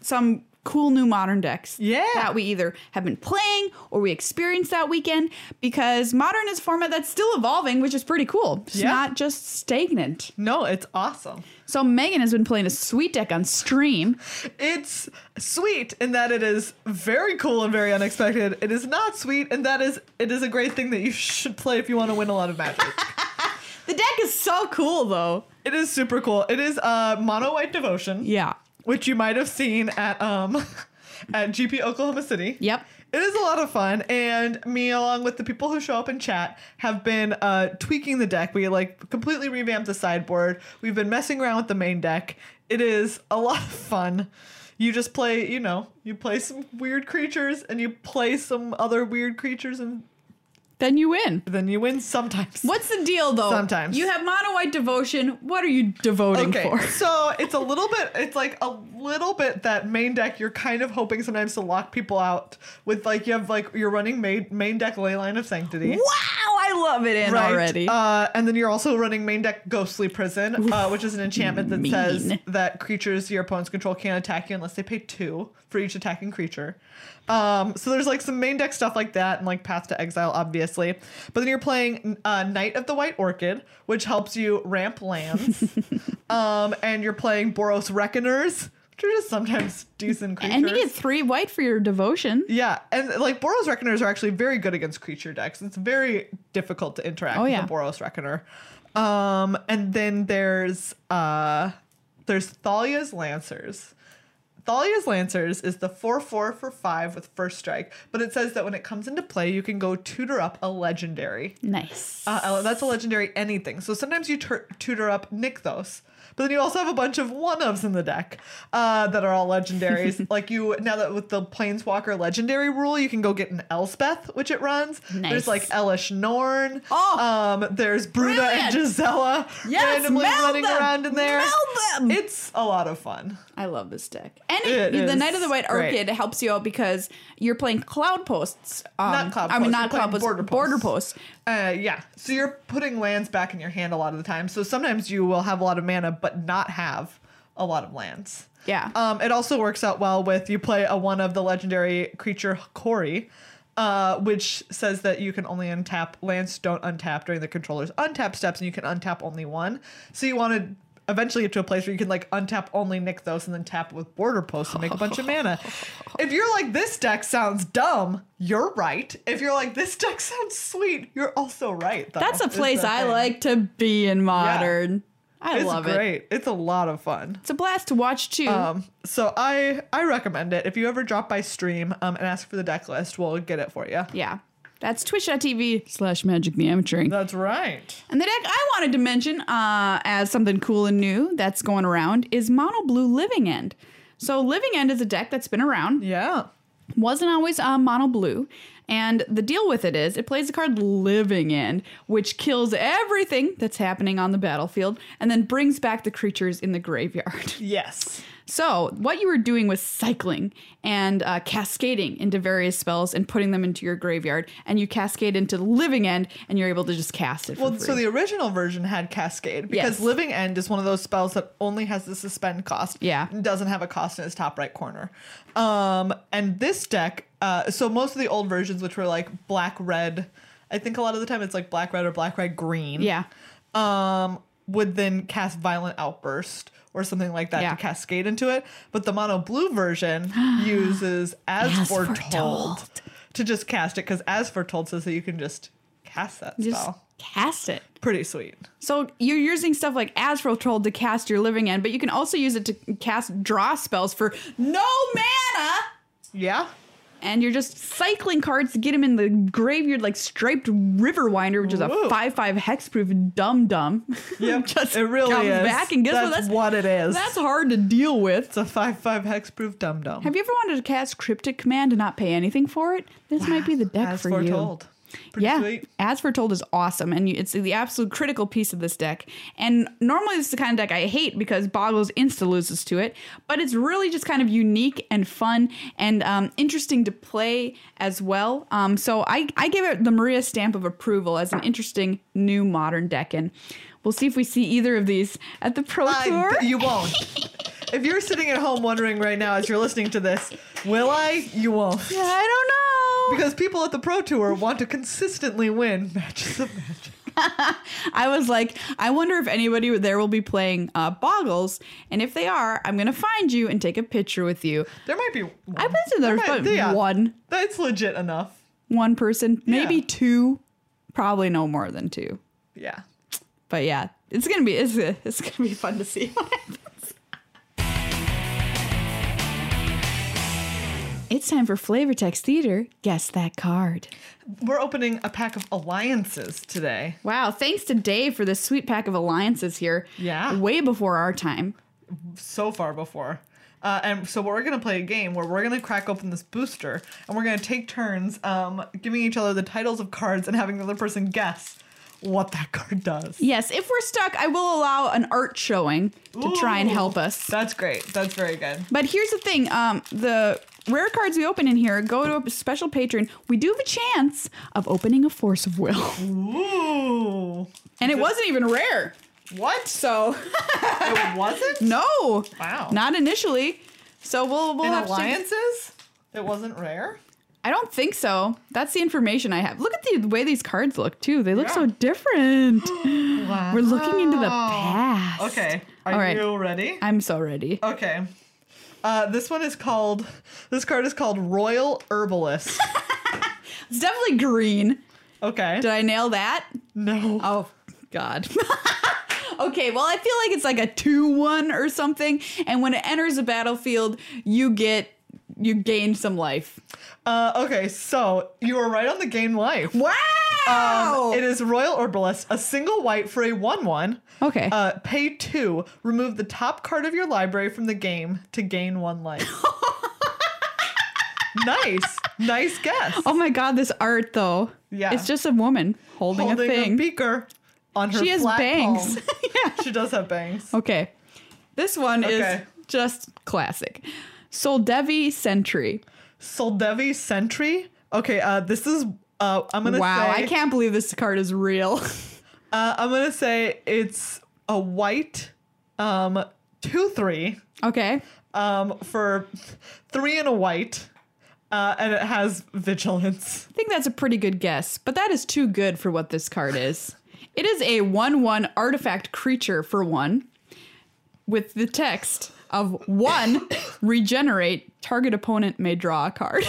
some cool new modern decks Yeah. that we either have been playing or we experienced that weekend because modern is a format that's still evolving, which is pretty cool. It's Yeah. not just stagnant. No, it's awesome. So Megan has been playing a sweet deck on stream. It's sweet in that it is very cool and very unexpected. It is not sweet, and that is it is a great thing that you should play if you want to win a lot of matches. The deck is so cool though. it is super cool. It is uh, mono white devotion, Yeah. which you might have seen at um at GP Oklahoma City. Yep. It is a lot of fun, and me, along with the people who show up and chat, have been uh, tweaking the deck. We like completely revamped the sideboard. We've been messing around with the main deck. It is a lot of fun. You just play, you know, you play some weird creatures, and you play some other weird creatures, and Then you win. then you win sometimes. What's the deal though? Sometimes. You have mono white devotion. What are you devoting Okay, for? so it's a little bit. It's like a little bit that main deck. You're kind of hoping sometimes to lock people out with like you have like you're running main main deck Leyline of Sanctity. Wow, I love it in right? already. Uh, and then you're also running main deck Ghostly Prison, uh, which is an enchantment that says mean. that creatures your opponents control can't attack you unless they pay two for each attacking creature. Um, so there's like some main deck stuff like that, and like Path to Exile, obviously. But then you're playing uh, Knight of the White Orchid, which helps you ramp lands. um, and you're playing Boros Reckoners, which are just sometimes decent creatures. and you get three white for your devotion. Yeah, and like Boros Reckoners are actually very good against creature decks. It's very difficult to interact Oh, with yeah. a Boros Reckoner. Um, and then there's uh, there's Thalia's Lancers. Thalia's Lancers is the 4 4 for 5 with first strike, but it says that when it comes into play, you can go tutor up a legendary. Nice. Uh, ele- that's a legendary anything. So sometimes you tur- tutor up Nykthos, but then you also have a bunch of one ofs in the deck uh, that are all legendaries. like you now that with the Planeswalker legendary rule, you can go get an Elspeth, which it runs. Nice. There's like Elish Norn. Oh. um, there's Bruna and Brilliant. Gisela Yes, randomly meld running them. around in there. Meld them. It's a lot of fun. I love this deck. And It it, the is Knight of the White great. Orchid helps you out because you're playing cloud posts. Um, Not cloud I mean, posts, not you're cloud playing posts. Border, border posts. posts. Uh, yeah. So you're putting lands back in your hand a lot of the time. So sometimes you will have a lot of mana, but not have a lot of lands. Yeah. Um, it also works out well with you play a one of the legendary creature Kori, uh, which says that you can only untap lands don't untap during the controller's untap steps, and you can untap only one. So you want to eventually get to a place where you can like untap only Nykthos and then tap with border posts and make a bunch of mana. If you're like this deck sounds dumb, you're right. If you're like this deck sounds sweet, you're also right. Though, That's a is the place I thing. like to be in modern. I It's love it. great. It's a lot of fun. It's a blast to watch too. Um, so I I recommend it. If you ever drop by stream um, and ask for the deck list, we'll get it for you. yeah. That's twitch.tv slash magic the amateur. That's right. And the deck I wanted to mention uh, as something cool and new that's going around is Mono Blue Living End. So Living End is a deck that's been around, Yeah. wasn't always uh, Mono Blue. And the deal with it is it plays the card Living End, which kills everything that's happening on the battlefield and then brings back the creatures in the graveyard. Yes. So, what you were doing was cycling and uh, cascading into various spells and putting them into your graveyard, and you cascade into Living End, and you're able to just cast it. For Well, free. so the original version had Cascade Yes. because Living End is one of those spells that only has the suspend cost. Yeah. and Doesn't have a cost in its top right corner. Um, and this deck, uh, so most of the old versions, which were like black red, I think a lot of the time it's like black red or black red green. yeah, um, would then cast Violent Outburst or something like that Yeah. to cascade into it. But the mono blue version uses As, As foretold, Foretold. to just cast it because As Foretold says that you can just cast that just spell. cast it. Pretty sweet. So you're using stuff like Astral Troll to cast your Living End, but you can also use it to cast draw spells for no mana. Yeah. And you're just cycling cards to get him in the graveyard, like Striped Riverwinder, which is a Whoa. five-five hexproof dum dum. Yep. just it really comes is. back and guess that's what? That's what it is. that's hard to deal with. it's a 5 5 hexproof dum dum. Have you ever wanted to cast Cryptic Command and not pay anything for it? This might be the deck As for Foretold. you. Pretty Yeah, sweet. As Foretold is awesome, and you, it's the absolute critical piece of this deck. And normally, this is the kind of deck I hate because Boggles insta loses to it, but it's really just kind of unique and fun and um, interesting to play as well. Um, so I, I give it the Maria stamp of approval as an interesting new modern deck, and we'll see if we see either of these at the Pro Tour. I, you won't. if you're sitting at home wondering right now as you're listening to this, will I? You won't. Yeah, I don't know. Because people at the Pro Tour want to consistently win matches of magic. I was like, I wonder if anybody there will be playing uh, Boggles, and if they are, I'm gonna find you and take a picture with you. There might be. One. I bet you there's might- probably yeah. one, That's legit enough. one person, maybe Yeah. two, probably no more than two. Yeah. But yeah, it's gonna be it's, it's gonna be fun to see. It's time for Flavor Text Theater. Guess that card. We're opening a pack of alliances today. Wow, thanks to Dave for this sweet pack of alliances here. Yeah. Way before our time. so far before. Uh, and so we're gonna play a game where we're gonna crack open this booster, and we're gonna take turns um, giving each other the titles of cards and having the other person guess what that card does. Yes, if we're stuck, I will allow an art showing to try and Ooh. help us. That's great. That's very good. But here's the thing um, the rare cards we open in here go to a special patron. We do have a chance of opening a Force of Will. Ooh, And it wasn't even rare. what? So, It wasn't no. Wow. Not initially. So we'll, we'll in have to- alliances. It wasn't rare. I don't think so. That's the information I have. Look at the way these cards look too. They look Yeah. so different. Wow. We're looking into the past. Okay. Are All right. you ready? I'm so ready. Okay. Uh, this one is called. This card is called Royal Herbalist. It's definitely green. Okay. Did I nail that? No. Oh God. okay, well I feel like it's like a two-one or something, and when it enters the battlefield, you get you gain some life. Uh, okay, so you were right on the game life. Wow! Um, it is Royal Herbalist, a single white for a 1 1. okay. Uh, pay two, remove the top card of your library from the game to gain one life. nice. Nice guess. oh my God, this art though. Yeah. It's just a woman holding, Holding a a, thing. beaker on her she has flat bangs. palm. yeah. She does have bangs. Okay. This one Okay. is just classic. Soldevi Sentry. Soldevi Sentry. Okay, uh, this is. Uh, I'm gonna Wow, say. I can't believe this card is real. Uh, I'm gonna say it's a white, um, two three. okay. um, for three and a white, uh, and it has vigilance. I think that's a pretty good guess, but that is too good for what this card is. It is a 1 1 artifact creature for one with the text of 1 regenerate, target opponent may draw a card.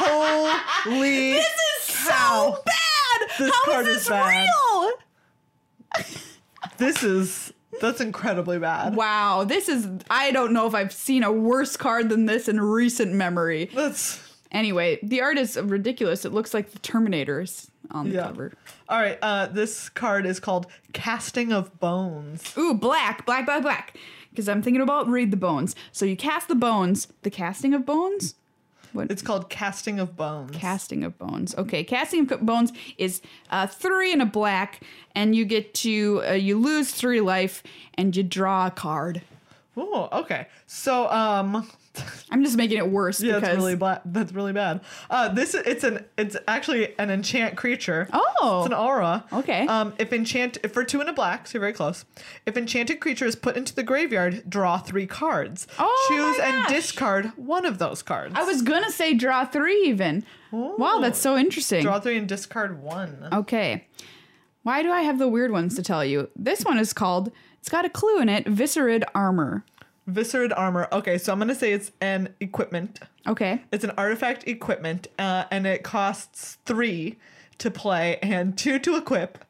Holy! This is so bad! This How card is is this bad. real? This is that's incredibly bad. Wow, this is. I don't know if I've seen a worse card than this in recent memory. That's Anyway, the art is ridiculous. It looks like the Terminator's on the yeah. cover. All right, uh, this card is called Casting of Bones. Ooh, black, black, black, black. Because I'm thinking about read the bones. So you cast the bones, the casting of bones, It's called Casting of Bones. casting of bones. Okay, casting of co- bones is uh, three and a black, and you get to uh, you lose three life, and you draw a card. Ooh, okay. So, um, I'm just making it worse yeah, that's because really bla- that's really bad. Uh, this it's an it's actually an enchant creature. oh, It's an aura. Okay. Um, if enchant, if for two and a black, so you're very close. If enchanted creature is put into the graveyard, draw three cards. Oh, Choose my and gosh. discard one of those cards. I was gonna say draw three even. Wow, that's so interesting. Oh. draw three and discard one. okay. Why do I have the weird ones to tell you? This one is called, it's got a clue in it, Viscerid Armor. Viscerid armor. Okay, so I'm gonna say it's an equipment. Okay. It's an artifact equipment, uh, and it costs three to play and two to equip,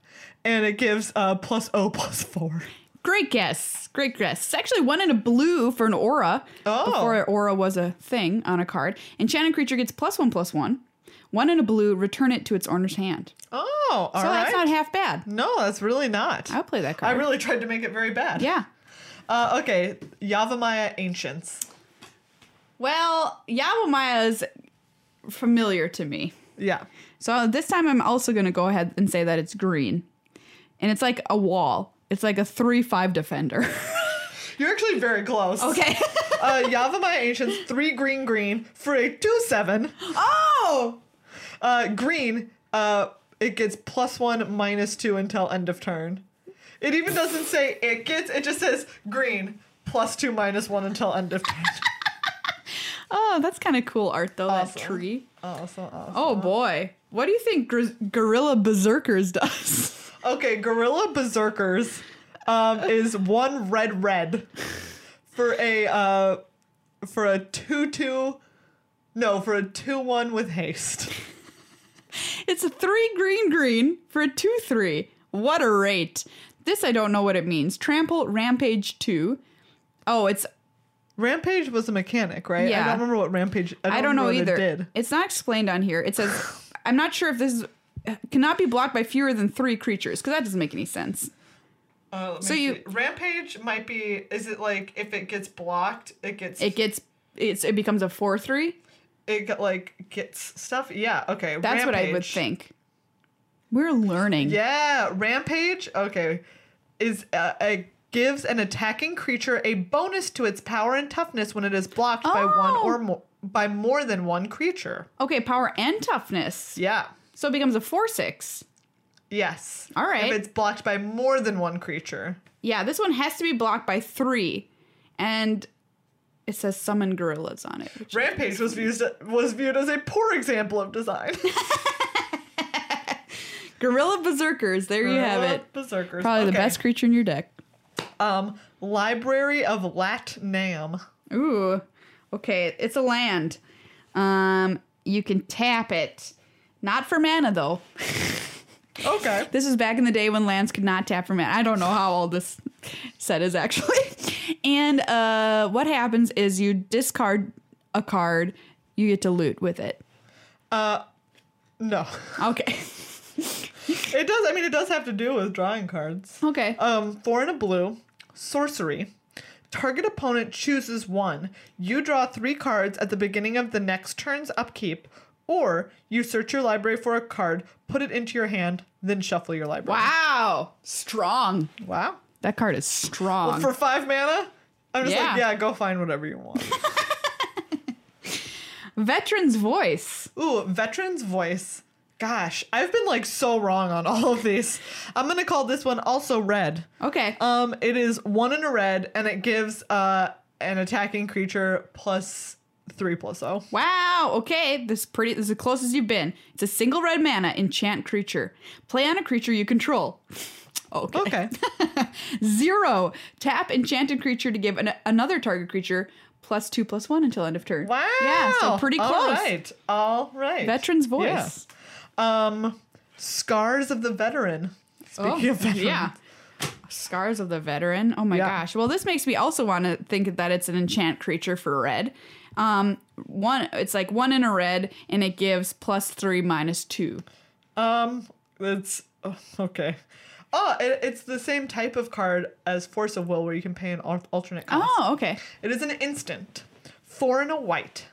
and it gives uh, plus O plus four. Great guess. Great guess. It's actually one in a blue for an aura. Oh. Before aura was a thing on a card. Enchanted creature gets plus one plus one. One in a blue, return it to its owner's hand. Oh, all right. So that's not half bad. no, that's really not. I'll play that I card. really tried to make it very bad. yeah. Uh, okay, Yavamaya Ancients. Well, Yawamaya is familiar to me. Yeah. So this time I'm also going to go ahead and say that it's green. And it's like a wall. It's like a 3 5 defender. You're actually very close. Okay. uh, Yavamaya Ancients, three green green for a 2 7. oh! Uh, green, uh, it gets plus one, minus two until end of turn. It even doesn't say it gets, it just says green, plus two, minus one until end of turn. Oh, that's kind of cool art though, Awesome. that tree. awesome, awesome. Oh boy. What do you think gri- Gorilla Berserkers does? Okay, Gorilla Berserkers um, is one red red for a uh, for a two two no for a two one with haste. It's a 3 green green for a 2 3. What a rate. This I don't know what it means. Trample Rampage 2. Oh, it's Rampage was a mechanic, right? I Yeah. don't remember what Rampage. I don't, I don't know either. remember what Oh, it did. It's not explained on here. It says, I'm not sure if this is, cannot be blocked by fewer than three creatures because that doesn't make any sense. Uh, let me So you- see. Rampage might be. Is it like if it gets blocked, it gets It it, gets, it's, it becomes a 4 3. got like gets stuff? Yeah. Okay. That's what I would Rampage. think. We're learning. Yeah, rampage. Okay, is uh, a gives an attacking creature a bonus to its power and toughness when it is blocked by one Oh. or more by more than one creature. Okay, power and toughness. Yeah. So it becomes a 4 6. Yes. All right. If it's blocked by more than one creature. Yeah, this one has to be blocked by three. And it says summon gorillas on it. which- Rampage was viewed was viewed as a poor example of design. Gorilla berserkers, there you have it. Berserkers. Probably the Okay. best creature in your deck. Um, Library of Lat Nam. Ooh. Okay, it's a land. Um, you can tap it. Not for mana though. Okay. This is back in the day when lands could not tap for mana. I don't know how old this set is actually. And uh, what happens is you discard a card, you get to loot with it. No, Okay. it does. I mean, it does have to do with drawing cards. Okay. Um, four and a blue, sorcery. Target opponent chooses one. You draw three cards at the beginning of the next turn's upkeep, or you search your library for a card, put it into your hand, then shuffle your library. Wow. Strong. Wow. That card is strong. For five mana? I'm just like, Yeah. yeah, go find whatever you want. Veteran's voice. Ooh, veteran's voice. Gosh, I've been like so wrong on all of these. I'm gonna call this one also red. Okay. Um, it is one and a red, and it gives uh an attacking creature plus three plus oh. Wow. Okay. This is pretty. This is the closest you've been. It's a single red mana enchant creature. Play on a creature you control. Okay. Okay. Zero. Tap enchanted creature to give an, another target creature plus two plus one until end of turn. Wow. Yeah. So pretty close. All right. All right. Veteran's voice. Yeah. Um, scars of the veteran. Speaking Oh, of veterans. Yeah. Scars of the Veteran. Oh my Yeah. gosh. Well, this makes me also want to think that it's an enchant creature for red. Um, one, it's like one in a red, and it gives plus three, minus two. Um, it's oh, okay. Oh, it, it's the same type of card as Force of Will, where you can pay an al- alternate cost. Oh, okay. It is an instant. Four and a white.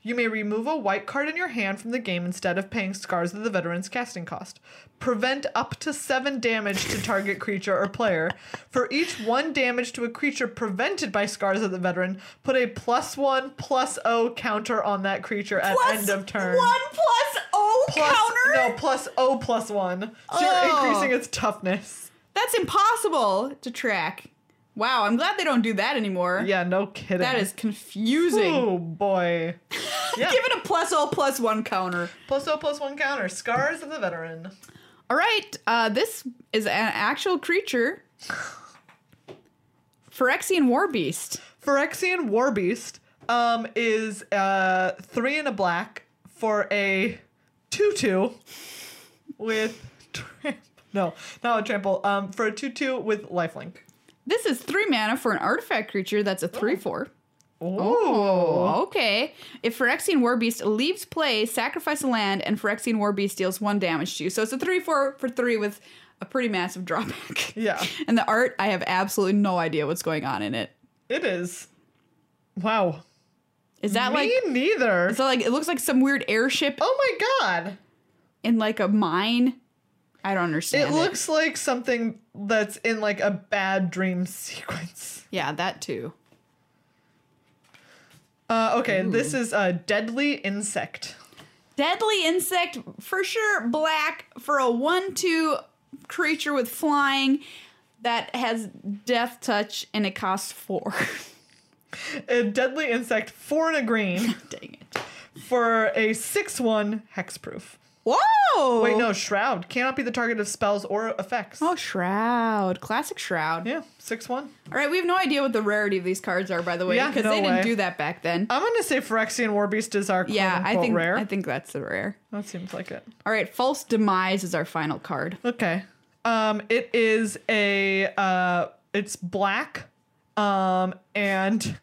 You may remove a white card in your hand from the game instead of paying Scars of the Veteran's casting cost. Prevent up to seven damage to target creature or player. For each one damage to a creature prevented by Scars of the Veteran, put a plus one, plus O counter on that creature at end of turn. One plus O plus, counter. No, plus O plus one. So Oh. you're increasing its toughness. That's impossible to track. Wow, I'm glad they don't do that anymore. Yeah, no kidding. That is confusing. Oh boy. Yeah. Give it a plus O plus one counter. Plus O plus one counter. Scars of the Veteran. All right, uh, this is an actual creature. Phyrexian War Beast. Phyrexian Warbeast um, is uh, three and a black for a 2 2 with tramp. No, not a trample. Um, for a 2 2 with lifelink. This is three mana for an artifact creature that's a 3 4. Oh. Ooh. okay. If Phyrexian War Beast leaves play, sacrifice a land, and Phyrexian War Beast deals one damage to you. So it's a 3 4 for 3 with a pretty massive drawback. Yeah. And the art, I have absolutely no idea what's going on in it. It is. Wow. Is that Me like. neither. So like it looks like some weird airship Oh my god. in like a mine. I don't It understand. looks like something that's in like a bad dream sequence. Yeah, that too. Uh, okay, this is a deadly insect. Deadly insect for sure. Black for a one-two creature with flying that has death touch and it costs four. A deadly insect, four and a green. Dang it! for a 6 1 hexproof. Whoa! Wait, no, Shroud cannot be the target of spells or effects. Oh, shroud. Classic shroud. Yeah, 6 1. All right, we have no idea what the rarity of these cards are, by the way, Yeah, because no they way. didn't do that back then. I'm going to say Phyrexian Warbeast is our yeah, quote I unquote think rare. I think that's the rare. that seems like it. All right, false demise is our final card. Okay. Um, it is a, uh, it's black, Um, and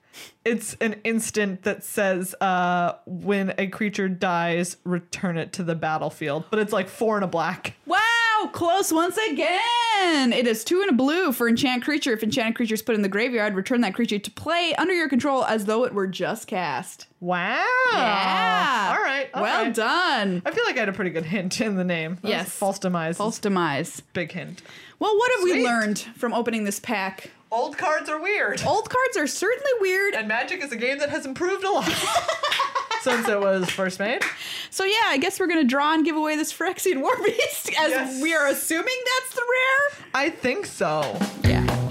it's an instant that says uh, when a creature dies, return it to the battlefield. But it's like four and a black. Wow, close once again. It is two and a blue for enchant creature. If enchanted creature is put in the graveyard, return that creature to play under your control as though it were just cast. Wow. Yeah. All right. all well right. done. I feel like I had a pretty good hint in the name. That was Yes. False demise. False False. demise. Big hint. Well, what have we Sweet. learned from opening this pack? Old cards are weird. Old cards are certainly weird. And Magic is a game that has improved a lot since it was first made. So yeah, I guess we're gonna draw and give away this Phyrexian War Beast, as Yes. we are assuming that's the I think so. rare. Yeah.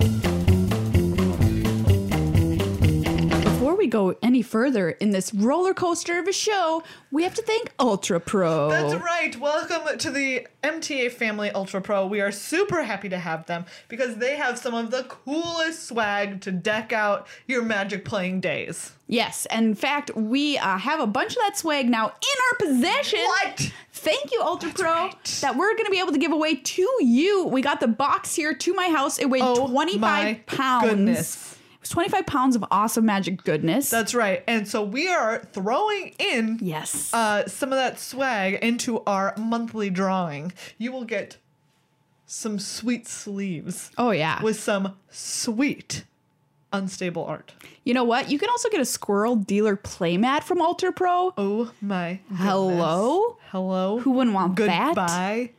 Before we go any further in this roller coaster of a show, we have to thank Ultra Pro. That's right. Welcome to the MTA Family Ultra Pro. We are super happy to have them because they have some of the coolest swag to deck out your Magic playing days. Yes, and in fact, we uh, have a bunch of that swag now in our possession. What? Thank you, Ultra Pro, right. that we're going to be able to give away to you. We got the box here to my house. It weighed Oh, 25 my pounds. goodness. It was 25 pounds of awesome magic goodness. That's right. And so we are throwing in yes. uh, some of that swag into our monthly drawing. You will get some sweet sleeves oh, yeah. with some sweet unstable art. you know what? You can also get a squirrel dealer playmat from Ultra Pro. Oh my. goodness. Hello? Hello. Who wouldn't want that? Goodbye.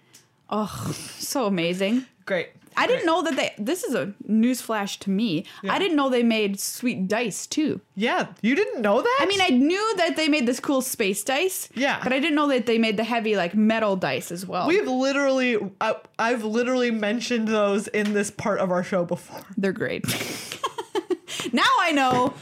Oh, so amazing. Great. I didn't know that they, this is a news flash to me. I didn't know they made sweet dice too. Yeah, you didn't know that? I mean, I knew that they made this cool space dice. Yeah. But I didn't know that they made the heavy, like, metal dice as well. We've literally, I, I've literally mentioned those in this part of our show before. they're great. now I know.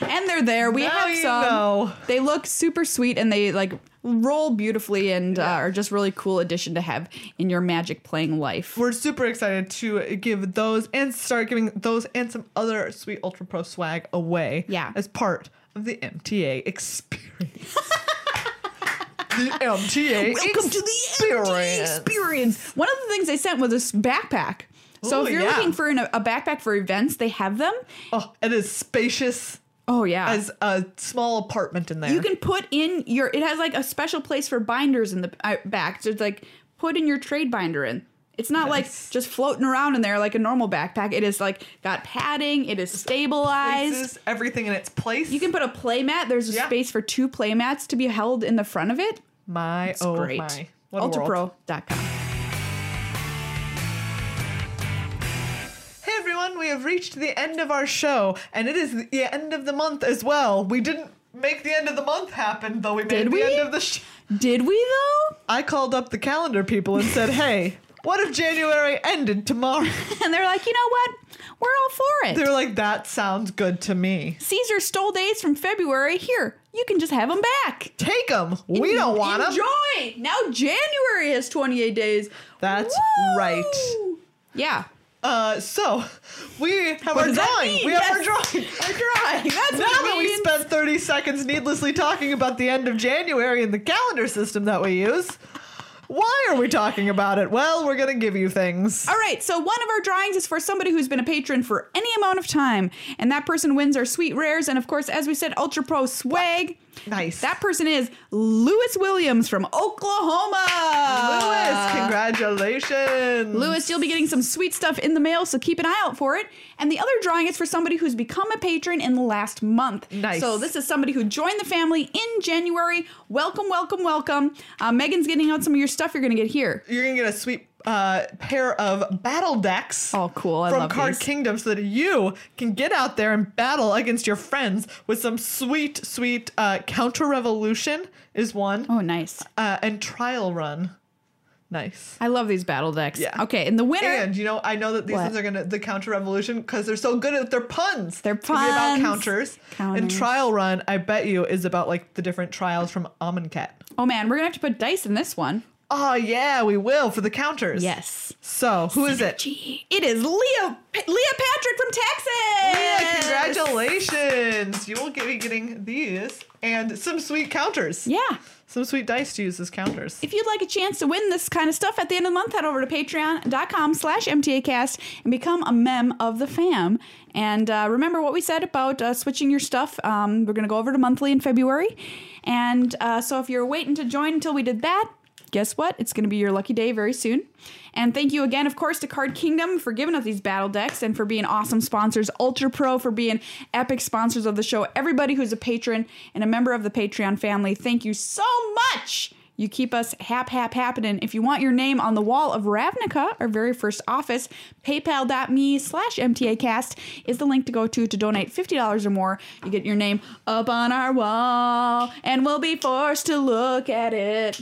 And they're there. We Now have you some. know. They look super sweet and they, like, roll beautifully and uh, are just really cool addition to have in your magic playing life. We're super excited to give those and start giving those and some other sweet Ultra Pro swag away. Yeah. As part of the MTA experience. the MTA Welcome to the MTA experience. One of the things they sent was this backpack. So Ooh, if you're yeah. looking for an, a backpack for events, they have them. Oh, it is spacious Oh yeah, as a small apartment in there. You can put in your. It has like a special place for binders in the uh, back. So it's like put in your trade binder in. It's not Nice. like just floating around in there like a normal backpack. It is like got padding. It is stabilized. places everything in its place. You can put a playmat. There's a Yeah. space for two playmats to be held in the front of it. my oh Great. my. What a world. UltraPro.com. Hey everyone, we have reached the end of our show, and it is the end of the month as well. We didn't make the end of the month happen, though we made Did the we? end of the show. Did we though? I called up the calendar people and said, hey, what if January ended tomorrow? And they're like, you know what? We're all for it. They were like, that sounds good to me. Caesar stole days from February. Here, you can just have them back. Take them. We don't want them. Enjoy. Now January has 28 days. That's right. Yeah. Uh, so, we have What our does that drawing. mean? We have our Yes. drawing. We're drawing. That's Now what that it we means. spent 30 seconds needlessly talking about the end of January and the calendar system that we use, why are we talking about it? Well, we're going to give you things. All right, so one of our drawings is for somebody who's been a patron for any amount of time, and that person wins our sweet rares, and of course, as we said, Ultra Pro swag. Nice. That person is Lewis Williams from Oklahoma. Lewis, uh, congratulations. Lewis, you'll be getting some sweet stuff in the mail, so keep an eye out for it. And the other drawing is for somebody who's become a patron in the last month. Nice. So this is somebody who joined the family in January. Welcome, welcome, welcome. Uh, Megan's getting out some of your stuff you're going to get here. You're going to get a sweet uh, pair of battle decks. Oh, cool. I from love Card these. Kingdom so that you can get out there and battle against your friends with some sweet, sweet uh, counter revolution is one, Oh, nice. uh, and trial run. Nice. I love these battle decks. Yeah. Okay, and the winner. And you know, I know that these What? ones are gonna the counter revolution because they're so good at their puns. They're It's gonna be puns. about counters. And Counters. trial run, I bet you, is about like the different trials from Almond Cat. oh man, we're gonna have to put dice in this one. Oh yeah, we will for the counters. Yes. So who is it? Gee, it is Leah Leah Patrick from Texas. Yeah, congratulations! You will get- be getting these and some sweet counters. Yeah. Some sweet dice to use as counters. If you'd like a chance to win this kind of stuff at the end of the month, head over to patreon.com slash mtacast and become a mem of the fam. And uh, remember what we said about uh, switching your stuff. Um, we're going to go over to monthly in February. And uh, so if you're waiting to join until we did that, guess what? It's going to be your lucky day very soon. And thank you again, of course, to Card Kingdom for giving us these battle decks and for being awesome sponsors, Ultra Pro for being epic sponsors of the show, everybody who's a patron and a member of the Patreon family. Thank you so much. You keep us hap hap happening. If you want your name on the wall of Ravnica, our very first office, paypal.me slash mtacast is the link to go to to donate $50 or more. You get your name up on our wall, and we'll be forced to look at it.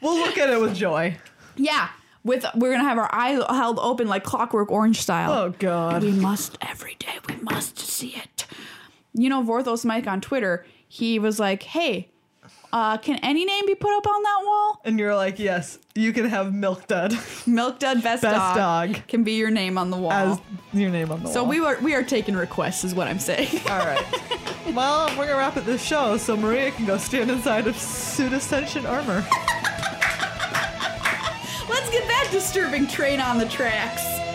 We'll look at it with joy. Yeah, with we're gonna have our eye held open like Clockwork Orange style. Oh God. We must every day. We must see it. You know, Vorthos Mike on Twitter, he was like, "Hey, uh, can any name be put up on that wall? And you're like, yes, you can have Milk Dud Milk Dud Best, Best dog, Dog. can be your name on the wall." as your name on the so wall. we are we are taking requests, is what I'm saying. All right. well, we're gonna wrap up this show so Maria can go stand inside of suit ascension armor. Let's get that disturbing train on the tracks.